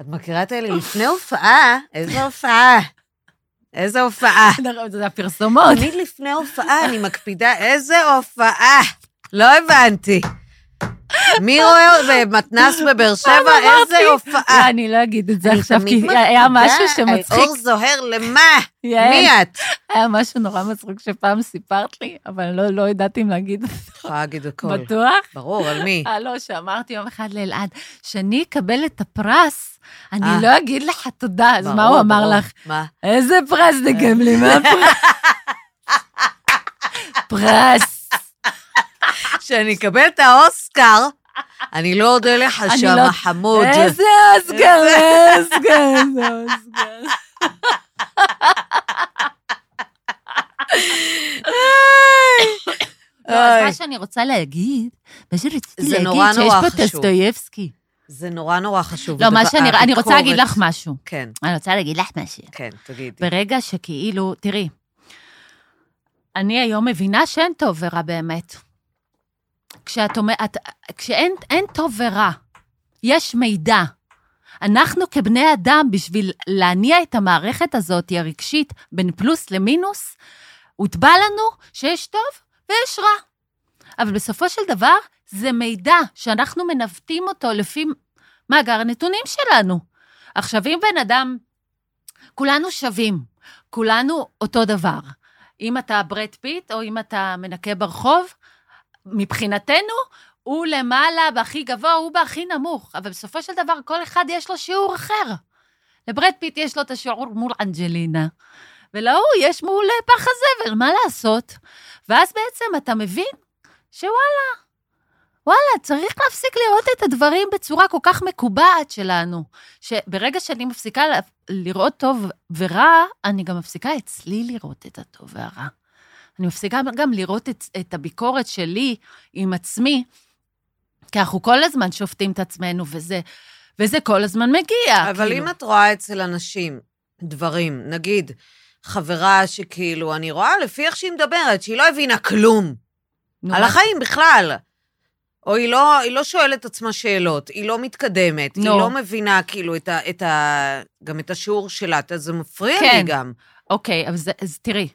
את מכירה את האלה לפני הופעה? איזה הופעה? איזה הופעה?
זה הפרסומות.
תמיד לפני הופעה אני מקפידה, איזה הופעה? לא הבנתי.
(laughs)
מי רואה במתנ"ס בבאר שבע? איזה הופעה.
אני לא אגיד את זה
אה, אני
עכשיו,
תמיד
כי היה
מפחידה,
משהו שמצחיק. כן.
אור זוהר למה?
יעל.
מי את?
היה משהו נורא מצחיק שפעם סיפרת לי, אבל לא- לא ידעתי אם להגיד
יכולה להגיד הכל.
בטוח.
ברור, על מי?
אה, לא, שאמרתי יום אחד לאלעד, שאני אקבל את הפרס, אני
אה.
לא אגיד לך תודה. אז מה
ברור,
הוא אמר
ברור.
לך?
מה?
איזה פרס תקבלי, מה הפרס? פרס.
כשאני אקבל את האוסקר, אני לא אודה לך
אני
שם,
לא-
חמוד.
איזה אוסקר, איזה לא, אוסקר, איזה אוסקר. לא, אז
אוי.
מה שאני רוצה להגיד, מה שרציתי
זה
להגיד,
נורא
שיש
נורא
פה
חשוב.
טסטויבסקי.
זה נורא נורא חשוב.
לא, מה
הדבר-
שאני, אני רוצה
הביקורת.
להגיד לך משהו.
כן,
אני רוצה להגיד לך משהו.
כן, תגידי.
ברגע שכאילו, תראי, אני היום מבינה שאין טוב ורע באמת. כשאת אומרת, כשאין אין טוב ורע, יש מידע. אנחנו כבני אדם, בשביל להניע את המערכת הזאת הרגשית בין פלוס למינוס, הוטבע לנו שיש טוב ויש רע. אבל בסופו של דבר, זה מידע שאנחנו מנווטים אותו לפי מאגר הנתונים שלנו. עכשיו, אם בן אדם, כולנו שווים, כולנו אותו דבר. אם אתה ברד פיט או אם אתה מנקה ברחוב, מבחינתנו, הוא למעלה בהכי גבוה, הוא בהכי נמוך. אבל בסופו של דבר, כל אחד יש לו שיעור אחר. לברד פיט יש לו את השיעור מול אנג'לינה, ולהוא יש מול אה, פח הזבל, מה לעשות? ואז בעצם אתה מבין שוואלה, וואלה, צריך להפסיק לראות את הדברים בצורה כל כך מקובעת שלנו, שברגע שאני מפסיקה ל- לראות טוב ורע, אני גם מפסיקה אצלי לראות את הטוב והרע. אני מפסיקה גם לראות את, את הביקורת שלי עם עצמי, כי אנחנו כל הזמן שופטים את עצמנו, וזה, וזה כל הזמן מגיע.
אבל
כאילו.
אם את רואה אצל אנשים דברים, נגיד, חברה שכאילו, אני רואה לפי איך שהיא מדברת, שהיא לא הבינה כלום.
נו,
על
מה-
החיים בכלל. או היא לא, היא לא שואלת עצמה שאלות, היא לא מתקדמת, היא
נו.
לא מבינה כאילו את ה, את ה, גם את השיעור שלה, אתה- זה מפריע לי
כן.
גם.
אוקיי, אז, אז תראי,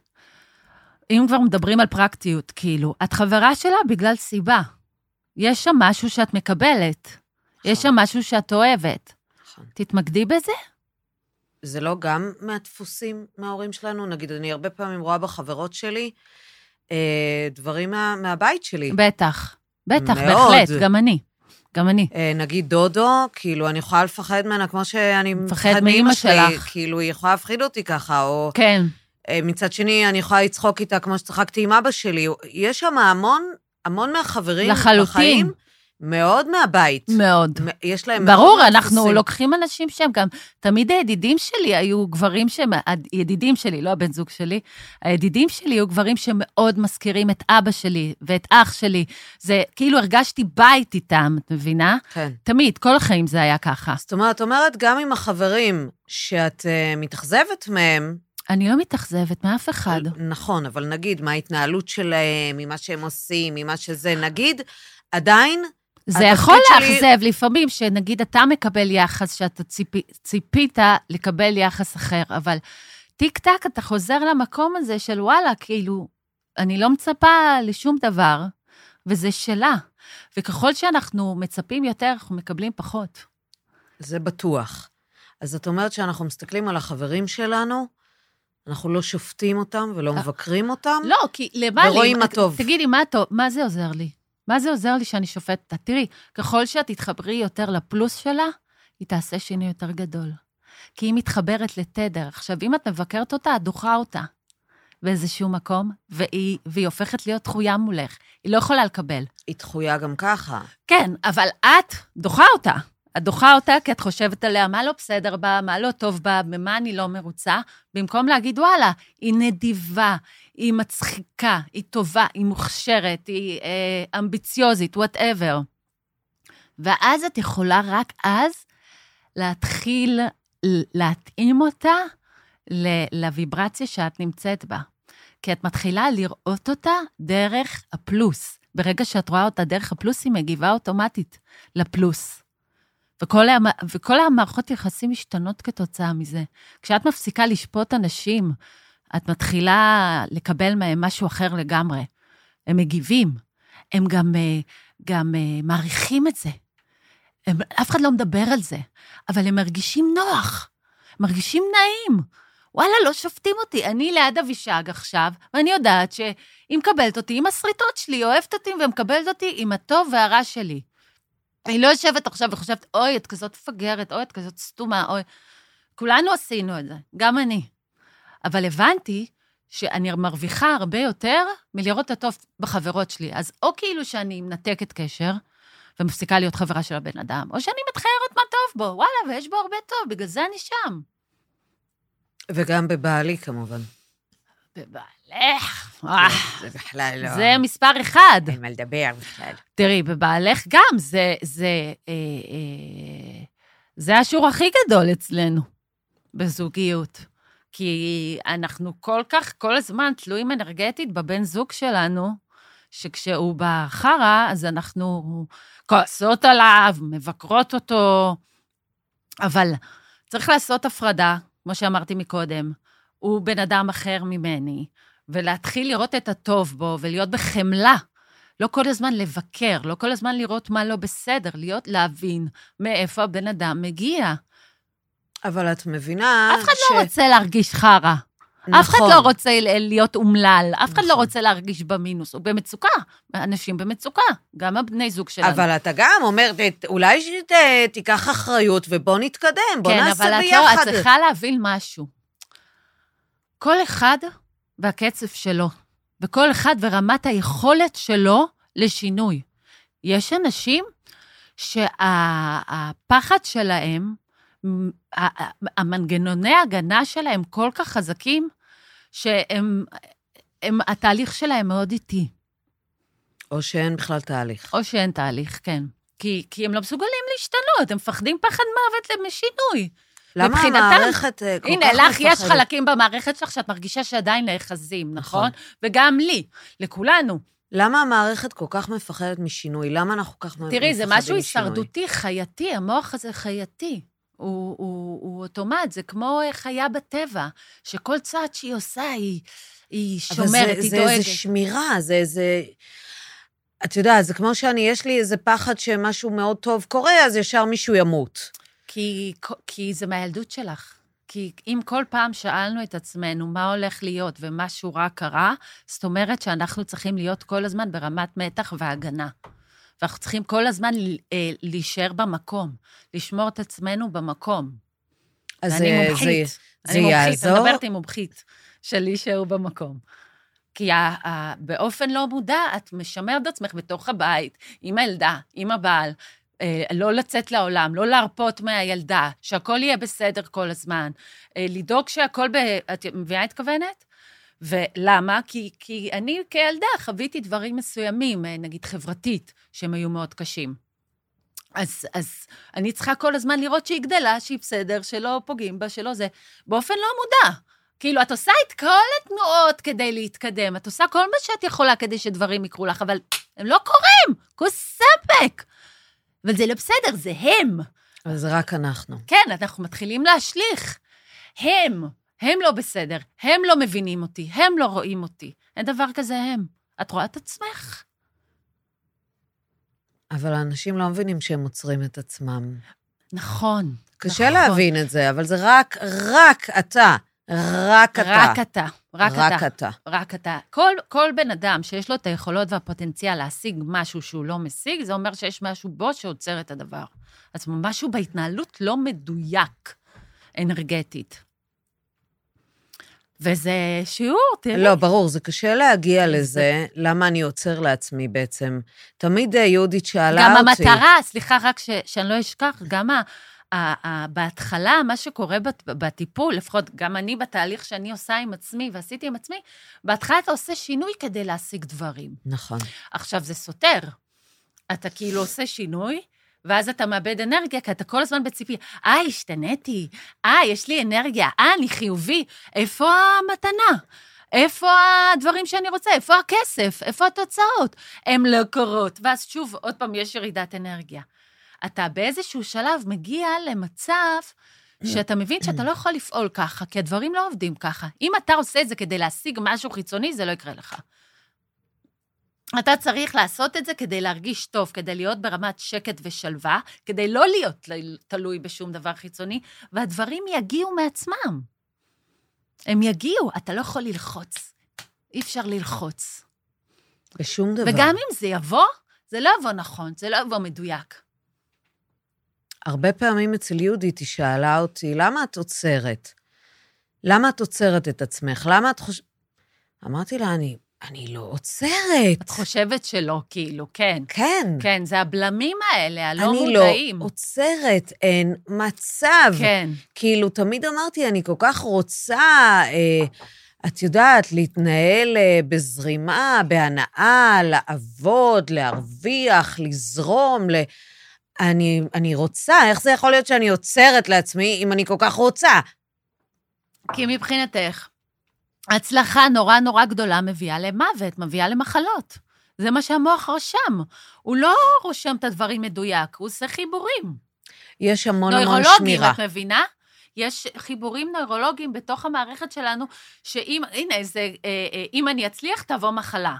אם כבר מדברים על פרקטיות, כאילו, את חברה שלה בגלל סיבה. יש שם משהו שאת מקבלת, יש שם משהו שאת אוהבת.
נכון.
תתמקדי בזה.
זה לא גם מהדפוסים מההורים שלנו? נגיד, אני הרבה פעמים רואה בחברות שלי אה, דברים מה, מהבית שלי.
בטח, בטח,
מאוד.
בהחלט, גם אני. גם אני.
אה, נגיד דודו, כאילו, אני יכולה לפחד ממנה כמו שאני
מפחד
מפחד
מאמא
מאמא שלי,
שלך.
כאילו, היא יכולה להפחיד אותי ככה, או...
כן,
אה, מצד שני, אני יכולה לצחוק איתה כמו שצחקתי עם אבא שלי. יש שם המון, המון מהחברים
לחלוטין.
בחיים, מאוד מהבית.
מאוד.
מ- יש להם...
ברור,
מאוד
אנחנו לא-
דפוסים.
לוקחים אנשים שהם גם, תמיד הידידים שלי היו גברים שהם, הידידים שלי, לא הבן זוג שלי, הידידים שלי היו גברים שמאוד מזכירים את אבא שלי ואת אח שלי. זה כאילו הרגשתי בית איתם, את מבינה?
כן.
תמיד, כל החיים זה היה ככה.
זאת אומרת, את אומרת, גם עם החברים שאת אה, מתאכזבת מהם,
אני לא מתאכזבת מאף אחד.
נכון, אבל נגיד, מההתנהלות שלהם, ממה שהם עושים, ממה שזה, נגיד, עדיין,
זה
התפקיד
יכול
שלי-
לאכזב לפעמים, שנגיד אתה מקבל יחס שאתה ציפי, ציפית לקבל יחס אחר, אבל טיק טק אתה חוזר למקום הזה של וואלה, כאילו, אני לא מצפה לשום דבר, וזה שלה. וככל שאנחנו מצפים יותר, אנחנו מקבלים פחות.
זה בטוח. אז את אומרת שאנחנו מסתכלים על החברים שלנו, אנחנו לא שופטים אותם ולא מבקרים אותם.
אה. לא, כי למה לי...
ורואים מה טוב.
תגידי, מה טוב? מה זה עוזר לי? מה זה עוזר לי שאני שופטת אותה? תראי, ככל שאת תתחברי יותר לפלוס שלה, היא תעשה שינוי יותר גדול. כי היא מתחברת לתדר. עכשיו, אם את מבקרת אותה, את דוחה אותה באיזשהו מקום, והיא, והיא הופכת להיות דחויה מולך. היא לא יכולה לקבל.
היא דחויה גם ככה.
כן, אבל את דוחה אותה. את דוחה אותה כי את חושבת עליה מה לא בסדר בה, מה לא טוב בה, במה אני לא מרוצה, במקום להגיד, וואלה, היא נדיבה, היא מצחיקה, היא טובה, היא מוכשרת, היא אה, אמביציוזית, וואטאבר. ואז את יכולה רק אז להתחיל ל- להתאים אותה ל- לוויברציה שאת נמצאת בה. כי את מתחילה לראות אותה דרך הפלוס. ברגע שאת רואה אותה דרך הפלוס, היא מגיבה אוטומטית לפלוס. וכל, המ... וכל המערכות יחסים משתנות כתוצאה מזה. כשאת מפסיקה לשפוט אנשים, את מתחילה לקבל מהם משהו אחר לגמרי. הם מגיבים, הם גם אה, גם אה, מעריכים את זה. הם, אף אחד לא מדבר על זה, אבל הם מרגישים נוח, מרגישים נעים. וואלה, לא שופטים אותי. אני ליד אבישג עכשיו, ואני יודעת שהיא מקבלת אותי עם הסריטות שלי, היא אוהבת אותי ומקבלת אותי עם הטוב והרע שלי. היא לא יושבת עכשיו וחושבת, אוי, את כזאת מפגרת, אוי, את כזאת סתומה, אוי. כולנו עשינו את זה, גם אני. אבל הבנתי שאני מרוויחה הרבה יותר מלראות את הטוב בחברות שלי. אז או כאילו שאני מנתקת קשר, ומפסיקה להיות חברה של הבן אדם, או שאני מתחילה לראות מה טוב בו, וואלה, ויש בו הרבה טוב, בגלל זה אני שם.
וגם בבעלי, כמובן.
בבעלך,
זה-
אה,
זה בכלל לא...
זה מספר אחד.
אין מה לדבר בכלל.
תראי, בבעלך גם, זה, זה, אה, אה, זה השיעור הכי גדול אצלנו בזוגיות. כי אנחנו כל כך, כל הזמן תלויים אנרגטית בבן זוג שלנו, שכשהוא בחרא, אז אנחנו כועסות עליו, מבקרות אותו, אבל צריך לעשות הפרדה, כמו שאמרתי מקודם. הוא בן אדם אחר ממני, ולהתחיל לראות את הטוב בו ולהיות בחמלה. לא כל הזמן לבקר, לא כל הזמן לראות מה לא בסדר, להיות, להבין מאיפה הבן אדם מגיע.
אה, אבל את מבינה
אף אחד לא רוצה להרגיש חרא. אף אחד
נכון.
לא רוצה ל- להיות אומלל, אף אחד לא
נכון.
רוצה להרגיש במינוס, הוא במצוקה, אנשים במצוקה, גם הבני זוג שלנו.
אבל אתה גם אומרת, "ת- אולי שת- תיקח אחריות ובוא נתקדם, בוא נעשה
כן, אבל את, לא, את
ביחד.
צריכה להבין משהו. כל אחד והקצב שלו, וכל אחד ורמת היכולת שלו לשינוי. יש אנשים שהפחד שלהם, מ- ה- ה- המנגנוני ההגנה שלהם כל כך חזקים, שהם, הם, התהליך שלהם מאוד איטי.
או שאין בכלל תהליך.
או שאין תהליך, כן. כי, כי הם לא מסוגלים להשתנות, הם מפחדים פחד מוות משינוי.
למה
מבחינתם-
המערכת אה, כל כך
הנה,
מפחדת?
לך יש חלקים במערכת שלך שאת מרגישה שעדיין נאחזים, נכון?
נכון.
וגם לי, לכולנו.
למה המערכת כל כך מפחדת משינוי? למה אנחנו כל כך מפחדים משינוי?
תראי, זה משהו הישרדותי, חייתי, המוח הזה חייתי. הוא, הוא, הוא אוטומט, זה כמו אה, חיה בטבע, שכל צעד שהיא עושה, היא, היא
אבל זה-
שומרת, היא
זה איזה
דואגת.
שמירה, זה איזה... את יודעת, זה כמו שאני, יש לי איזה פחד שמשהו מאוד טוב קורה, אז ישר מישהו ימות.
כי, כי זה מהילדות שלך. כי אם כל פעם שאלנו את עצמנו מה הולך להיות ומשהו רע קרה, זאת אומרת שאנחנו צריכים להיות כל הזמן ברמת מתח והגנה. ואנחנו צריכים כל הזמן אה, להישאר במקום, לשמור את עצמנו במקום.
אז אה,
ואני
זה-
מומחית.
זה- זה
אני מומחית, אני
יעזור?
מדברת עם מומחית של להישאר במקום. כי ה- ה- באופן לא מודע, את משמרת את עצמך בתוך הבית, עם הילדה, עם הבעל, אה, לא לצאת לעולם, לא להרפות מהילדה, שהכל יהיה בסדר כל הזמן, אה, לדאוג שהכל ב... את מבינה התכוונת? ולמה? כי, כי אני כילדה חוויתי דברים מסוימים, אה, נגיד חברתית, שהם היו מאוד קשים. אז, אז אני צריכה כל הזמן לראות שהיא גדלה, שהיא בסדר, שלא פוגעים בה, שלא זה, באופן לא מודע. כאילו, את עושה את כל התנועות כדי להתקדם, את עושה כל מה שאת יכולה כדי שדברים יקרו לך, אבל הם לא קורים, כוס ספק. אבל זה לא בסדר, זה הם.
אבל זה רק אנחנו.
כן, אנחנו מתחילים להשליך. הם, הם לא בסדר, הם לא מבינים אותי, הם לא רואים אותי. אין דבר כזה הם. את רואה את עצמך?
אבל האנשים לא מבינים שהם עוצרים את עצמם.
נכון.
קשה
נכון.
להבין את זה, אבל זה רק, רק אתה. רק אתה.
רק אתה. רק אתה.
רק אתה.
רק אתה. כל, כל בן אדם שיש לו את היכולות והפוטנציאל להשיג משהו שהוא לא משיג, זה אומר שיש משהו בו שעוצר את הדבר. אז משהו בהתנהלות לא מדויק אנרגטית. וזה שיעור, תראי.
לא, ברור, זה קשה להגיע
כן, זה-
לזה, למה אני עוצר לעצמי בעצם. תמיד אה, יהודית שאלה
גם
אותי.
המטרה, סליחה, רק ש, שאני לא אשכח, גם ה, ה, ה, בהתחלה, מה שקורה בת, בטיפול, לפחות גם אני בתהליך שאני עושה עם עצמי ועשיתי עם עצמי, בהתחלה אתה עושה שינוי כדי להשיג דברים.
נכון.
עכשיו, זה סותר. אתה כאילו עושה שינוי, ואז אתה מאבד אנרגיה, כי אתה כל הזמן בציפי, אה, השתניתי, אה, יש לי אנרגיה, אה, אני חיובי. איפה המתנה? איפה הדברים שאני רוצה? איפה הכסף? איפה התוצאות? הן לא קורות. ואז שוב, עוד פעם, יש ירידת אנרגיה. אתה באיזשהו שלב מגיע למצב שאתה מבין שאתה לא יכול לפעול ככה, כי הדברים לא עובדים ככה. אם אתה עושה את זה כדי להשיג משהו חיצוני, זה לא יקרה לך. אתה צריך לעשות את זה כדי להרגיש טוב, כדי להיות ברמת שקט ושלווה, כדי לא להיות תל- תלוי בשום דבר חיצוני, והדברים יגיעו מעצמם. הם יגיעו, אתה לא יכול ללחוץ. אי אפשר ללחוץ.
בשום דבר.
וגם אם זה יבוא, זה לא יבוא נכון, זה לא יבוא מדויק.
הרבה פעמים אצל יהודית היא שאלה אותי, למה את עוצרת? למה את עוצרת את עצמך? למה את חושבת... אמרתי לה, אני, אני לא עוצרת.
את חושבת שלא, כאילו, כן.
כן.
כן, זה הבלמים האלה, הלא
אני
מודעים.
לא עוצרת, אין מצב.
כן,
כאילו, תמיד אמרתי, אני כל כך רוצה, אה, את יודעת, להתנהל אה, בזרימה, בהנאה, לעבוד, להרוויח, לזרום, ל... אני, אני רוצה, איך זה יכול להיות שאני עוצרת לעצמי אם אני כל כך רוצה?
כי מבחינתך, הצלחה נורא נורא גדולה מביאה למוות, מביאה למחלות. זה מה שהמוח רשם. הוא לא רושם את הדברים מדויק, הוא עושה חיבורים.
יש
לא,
המון המון
נוירולוגים,
שמירה.
את מבינה? יש חיבורים נוירולוגיים בתוך המערכת שלנו, שאם, הנה, זה, אה, אה, אם אני אצליח, תבוא מחלה.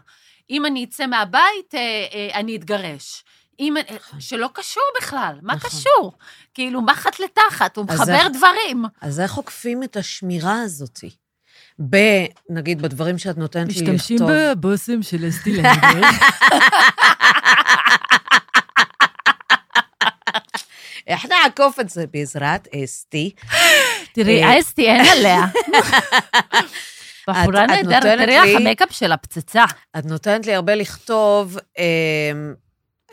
אם אני אצא מהבית, אה, אה, אני אתגרש. אם, אה, שלא קשור בכלל, מה
נכון.
קשור? כאילו, מחט לתחת, הוא
אז
מחבר
זה-
דברים.
אז איך עוקפים את השמירה הזאת? ב- נגיד, בדברים שאת נותנת לי לכתוב.
בבושם של אסתי לנדבר.
איך נעקוף את זה בעזרת אסתי? אה,
(laughs) תראי, אסתי, אין עליה. (laughs) בחורה
את
נהדרת,
נותנת
תראי לך
לי-
המקאפ של הפצצה.
את נותנת לי הרבה לכתוב אה,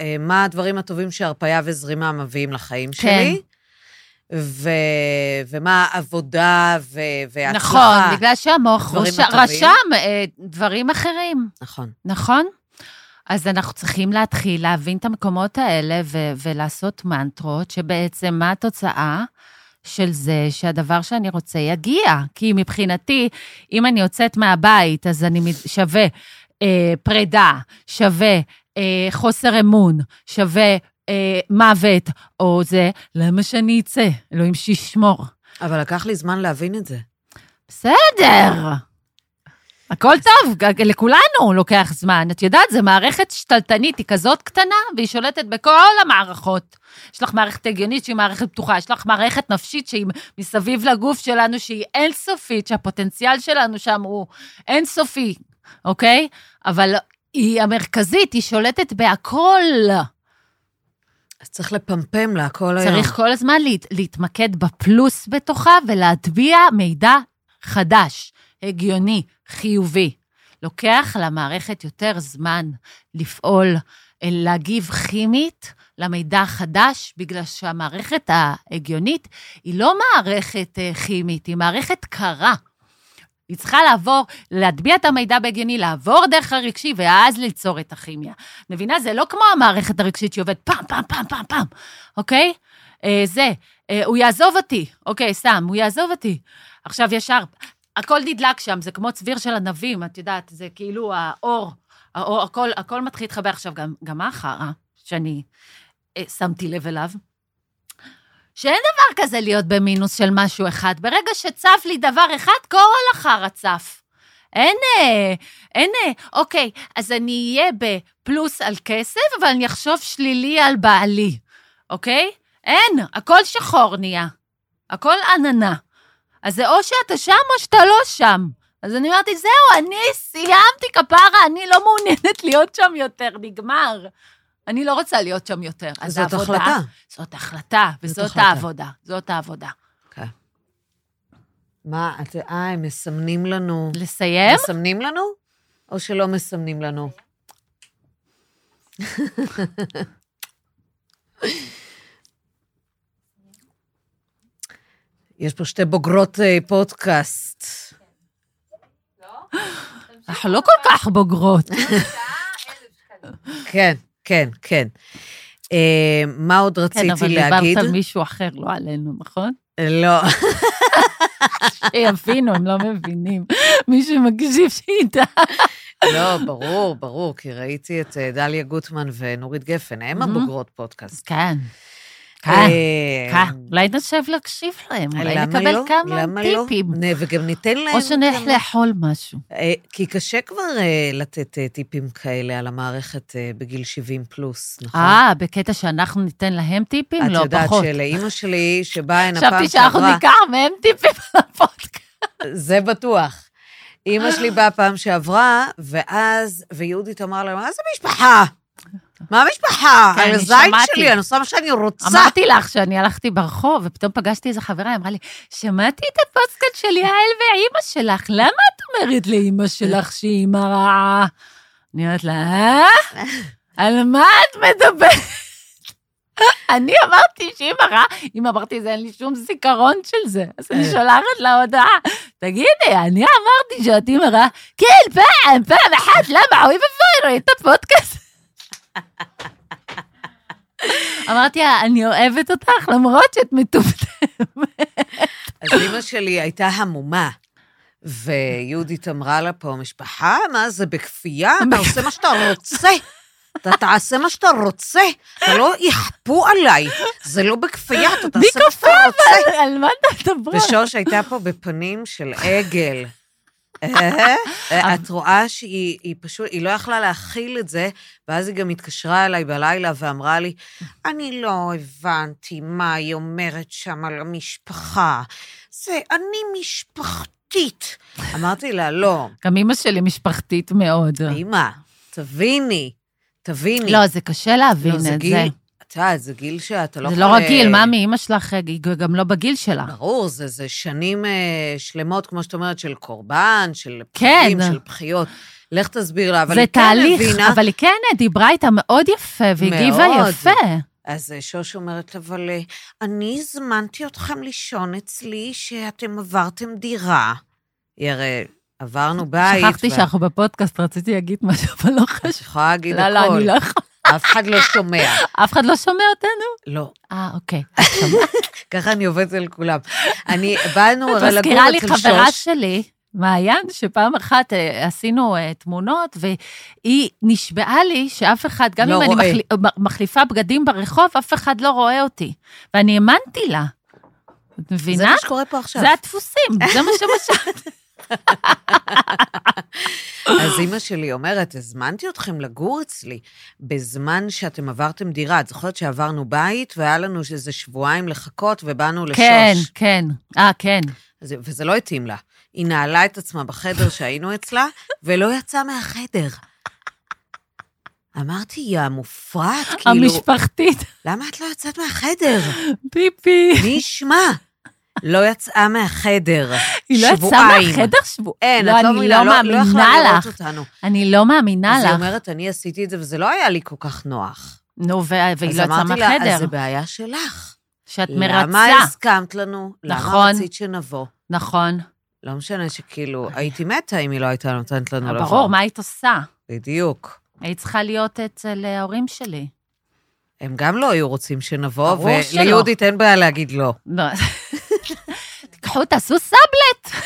אה, מה הדברים הטובים שהרפאיה וזרימה מביאים לחיים
כן.
שלי, ו, ומה העבודה ו, והצלחה.
נכון, בגלל שהמוח
אה, דברים
רשם-
הטובים.
רשם אה, דברים אחרים,
נכון.
נכון? אז אנחנו צריכים להתחיל להבין את המקומות האלה ו- ולעשות מנטרות, שבעצם מה התוצאה של זה שהדבר שאני רוצה יגיע. כי מבחינתי, אם אני יוצאת מהבית, אז אני מת- שווה אה, פרידה, שווה אה, חוסר אמון, שווה אה, מוות, או זה, למה שאני אצא? אלוהים שישמור.
אבל לקח לי זמן להבין את זה.
בסדר. הכל טוב, ג- לכולנו לוקח זמן. את יודעת, זו מערכת שתלטנית, היא כזאת קטנה, והיא שולטת בכל המערכות. יש לך מערכת הגיונית שהיא מערכת פתוחה, יש לך מערכת נפשית שהיא מסביב לגוף שלנו, שהיא אינסופית, שהפוטנציאל שלנו שם הוא אינסופי, אוקיי? אבל היא המרכזית, היא שולטת בהכל.
אז צריך לפמפם לה כל היום.
צריך כל הזמן להת, להתמקד בפלוס בתוכה ולהטביע מידע חדש, הגיוני, חיובי. לוקח למערכת יותר זמן לפעול, אה, להגיב כימית למידע החדש, בגלל שהמערכת ההגיונית היא לא מערכת אה, כימית, היא מערכת קרה. היא צריכה לעבור, להטביע את המידע בהגיוני, לעבור דרך הרגשי, ואז ליצור את הכימיה. מבינה? זה לא כמו המערכת הרגשית שעובדת פעם, פעם, פעם, פעם, פעם, אוקיי? אה, זה, אה, הוא יעזוב אותי, אוקיי, סתם, הוא יעזוב אותי. עכשיו ישר, הכל נדלק שם, זה כמו צביר של ענבים, את יודעת, זה כאילו האור, האור, הכל, הכל מתחיל להתחבר. עכשיו, גם, גם מה החרא שאני אה, שמתי לב אליו? שאין דבר כזה להיות במינוס של משהו אחד. ברגע שצף לי דבר אחד, כל החרא צף. אין, אה, אין, אה, אוקיי, אז אני אהיה בפלוס על כסף, אבל אני אחשוב שלילי על בעלי, אוקיי? אין, הכל שחור נהיה. הכל עננה. אז זה או שאתה שם או שאתה לא שם. אז אני אמרתי, זהו, אני סיימתי כפרה, אני לא מעוניינת להיות שם יותר, נגמר. אני לא רוצה להיות שם יותר. אז
זאת
העבודה-
החלטה.
זאת החלטה,
זאת
וזאת
החלטה.
העבודה. זאת העבודה.
כן. מה, את... אה, הם מסמנים לנו.
לסיים?
מסמנים לנו? או שלא מסמנים לנו? יש פה שתי בוגרות אה, פודקאסט.
אנחנו לא כל כך בוגרות.
כן, כן, כן. אה, מה עוד
כן, אבל
רציתי להגיד?
דיברת על מישהו אחר, לא עלינו,
(laughs)
נכון?
לא,
שיבינו, הם לא מבינים. מי שמקשיב שידע.
לא, ברור, ברור, כי ראיתי את אה, דליה גוטמן ונורית גפן, הם
מהמם.
הבוגרות פודקאסט.
כן. קה,
אה,
קה, אולי נשב להקשיב להם, אולי
למה
נקבל
לא?
כן. כמה
למה לא?
טיפים.
נה, וגם ניתן להם...
או שנלך
כמה-
לאכול משהו.
אה, כי קשה כבר אה, לתת אה, טיפים כאלה על המערכת אה, בגיל 70 פלוס, נכון?
אה, בקטע שאנחנו ניתן להם טיפים? לא,
את יודעת
פחות.
שלאימא שלי, שבאה הנה פעם שעברה...
חשבתי שאנחנו ניקח מהם טיפים לפודקאסט.
זה בטוח. אימא
אה.
שלי באה פעם שעברה, ואז, ויהודית אמר לה, מה זה משפחה? מה משפחה?
כן,
על
אני
הזית
שמעתי.
שלי, אני עושה מה שאני רוצה.
אמרתי לך שאני הלכתי ברחוב, ופתאום פגשתי איזה חברה, היא אמרה לי, שמעתי את הפוסטקאט של יעל ואימא שלך, למה את אומרת לאימא שלך שהיא אימא רעה? אני אומרת לה, אה? על מה את מדברת? אני אמרתי שאימא רעה, אם אמרתי זה, אין לי שום זיכרון של זה. אז אני שולחת לה הודעה, תגידי, אני אמרתי שאת אימא רעה, כן, פעם, פעם אחת, למה? אוי ואבוי, ראית את הפודקאסט? אמרתי לה, אני אוהבת אותך, למרות שאת (laughs) מטומטמת.
אז אימא שלי הייתה המומה. ויהודית אמרה לה פה, משפחה, מה זה, בכפייה? אתה עושה מה שאתה רוצה. אתה תעשה מה שאתה רוצה. אתה לא יכפו עליי. זה לא בכפייה, אתה
מי
תעשה מה שאתה
כופה
רוצה.
אבל? על מה אתה מדברת?
ושוש הייתה פה בפנים של עגל.
(laughs)
אה, אה, את רואה שהיא היא פשוט, היא לא יכלה להכיל את זה, ואז היא גם התקשרה אליי בלילה ואמרה לי, אני לא הבנתי מה היא אומרת שם על המשפחה. זה אני משפחתית. אמרתי לה, לא,
גם אימא שלי משפחתית מאוד.
אמא, תביני, תביני.
לא, זה קשה להבין
לא,
את
זה
זה.
גיל, את יודעת, זה גיל שאתה לא
זה
יכול...
לא רגיל, ממי, אימא שלך היא גם לא בגיל שלה.
ברור, זה, זה שנים אה, שלמות, כמו שאת אומרת, של קורבן, של
כן.
פחים, של בחיות. לך תסביר לה, אבל
זה
היא כן
תהליך,
הבינה.
אבל היא כן דיברה איתה מאוד יפה, והגיבה
מאוד.
יפה.
אז אה, שוש אומרת, אבל אה, אני הזמנתי אתכם לישון אצלי שאתם עברתם דירה. היא הרי עברנו בית.
שכחתי
ואת
שאנחנו בפודקאסט, רציתי להגיד משהו, אבל לא חשוב.
יכולה להגיד
לא,
הכול.
לא, אני לא יכולה.
אף אחד לא שומע.
אף אחד לא שומע אותנו?
לא.
אה,
(laughs)
אוקיי.
ככה אני עובדת על כולם. אני, באנו
את
הרי לגור
מזכירה לי
אצל שוש.
חברה שלי, מעיין, שפעם אחת אה, עשינו אה, תמונות, והיא נשבעה לי שאף אחד, גם
לא
אם
רואה.
אני מחלי- מ- מחליפה בגדים ברחוב, אף אחד לא רואה אותי. ואני האמנתי לה. את
זה
מבינה?
מה שקורה פה עכשיו.
זה הדפוסים, זה מה
(laughs)
שמשל.
אז אימא שלי אומרת, הזמנתי אתכם לגור אצלי בזמן שאתם עברתם דירה. את זוכרת שעברנו בית והיה לנו איזה שבועיים לחכות ובאנו לשוש.
כן, כן. אה, כן.
זה- וזה לא התאים לה. היא נעלה את עצמה בחדר שהיינו אצלה, ולא יצאה מהחדר. אמרתי, יא מופרעת, כאילו,
המשפחתית, (laughs)
למה את לא יצאת מהחדר?
פיפי.
מי ישמע? לא יצאה מהחדר.
היא לא יצאה
שבועיים.
מהחדר שבועיים.
אין,
לא,
את לא
אני
מבינה,
לא
לא לא
מאמינה
יכלה לראות
לך.
אותנו.
אני לא מאמינה
אז היא
לך.
אומרת, אני עשיתי את זה, וזה לא היה לי כל כך נוח.
נו, ו- והיא לא יצאה
אז אמרתי לה, אז
מהחדר.
זה בעיה שלך.
שאת
למה
מרצה.
הסכמת לנו? למה
נכון.
רצית שנבוא?
נכון.
לא משנה שכאילו, הייתי מתה אם היא לא הייתה נותנת לנו לבוא.
אה, ברור, מה היית עושה?
בדיוק.
היית צריכה להיות אצל אה, ההורים שלי.
הם גם לא היו רוצים שנבוא,
ברור שלא.
וליהודית אין בעיה להגיד לא.
לא. (laughs) תקחו, תעשו סאבלט.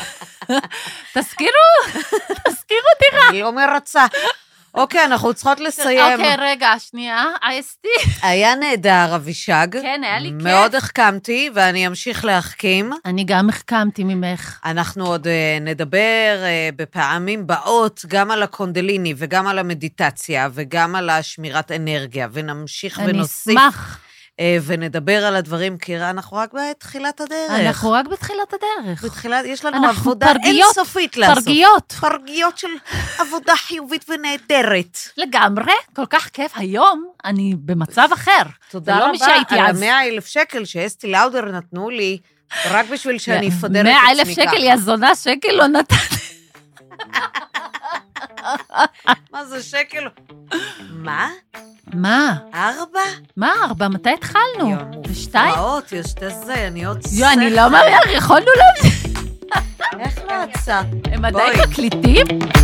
(laughs) תזכירו, (laughs) תזכירו דירה.
אני לא מרצה. אוקיי, אנחנו צריכות לסיים.
אוקיי, רגע, שנייה. אסתי.
היה נהדר, אבישג.
כן, היה לי כיף.
מאוד החכמתי, ואני אמשיך להחכים.
אני גם החכמתי ממך.
אנחנו עוד אה, נדבר אה, בפעמים באות גם על הקונדליני וגם על המדיטציה וגם על השמירת אנרגיה, ונמשיך
אני
ונוסיף.
אשמח.
אה, ונדבר על הדברים, כי אנחנו רק בתחילת הדרך.
אנחנו רק בתחילת הדרך.
בתחילת, יש לנו
אנחנו
עבודה
פרגיות,
אינסופית לעשות.
פרגיות.
פרגיות של עבודה חיובית ונהדרת.
לגמרי, כל כך כיף. היום אני במצב אחר.
תודה
זה לא
רבה
מי שהייתי
על
אז.
המאה אלף שקל שאסתי לאודר נתנו לי, רק בשביל שאני אפדר את עצמי ככה.
100 כן. אלף שקל, יא זונה, שקל לא נתן.
מה זה שקל? מה?
מה?
ארבע?
מה, ארבע? מתי התחלנו? בשתיים?
מופרעות, יש את הזה, אני עוד
יו, אני
שכל.
לא מאמינה, יכולנו להמשיך.
איך לא עצרת?
הם
בואי.
עדיין מקליטים?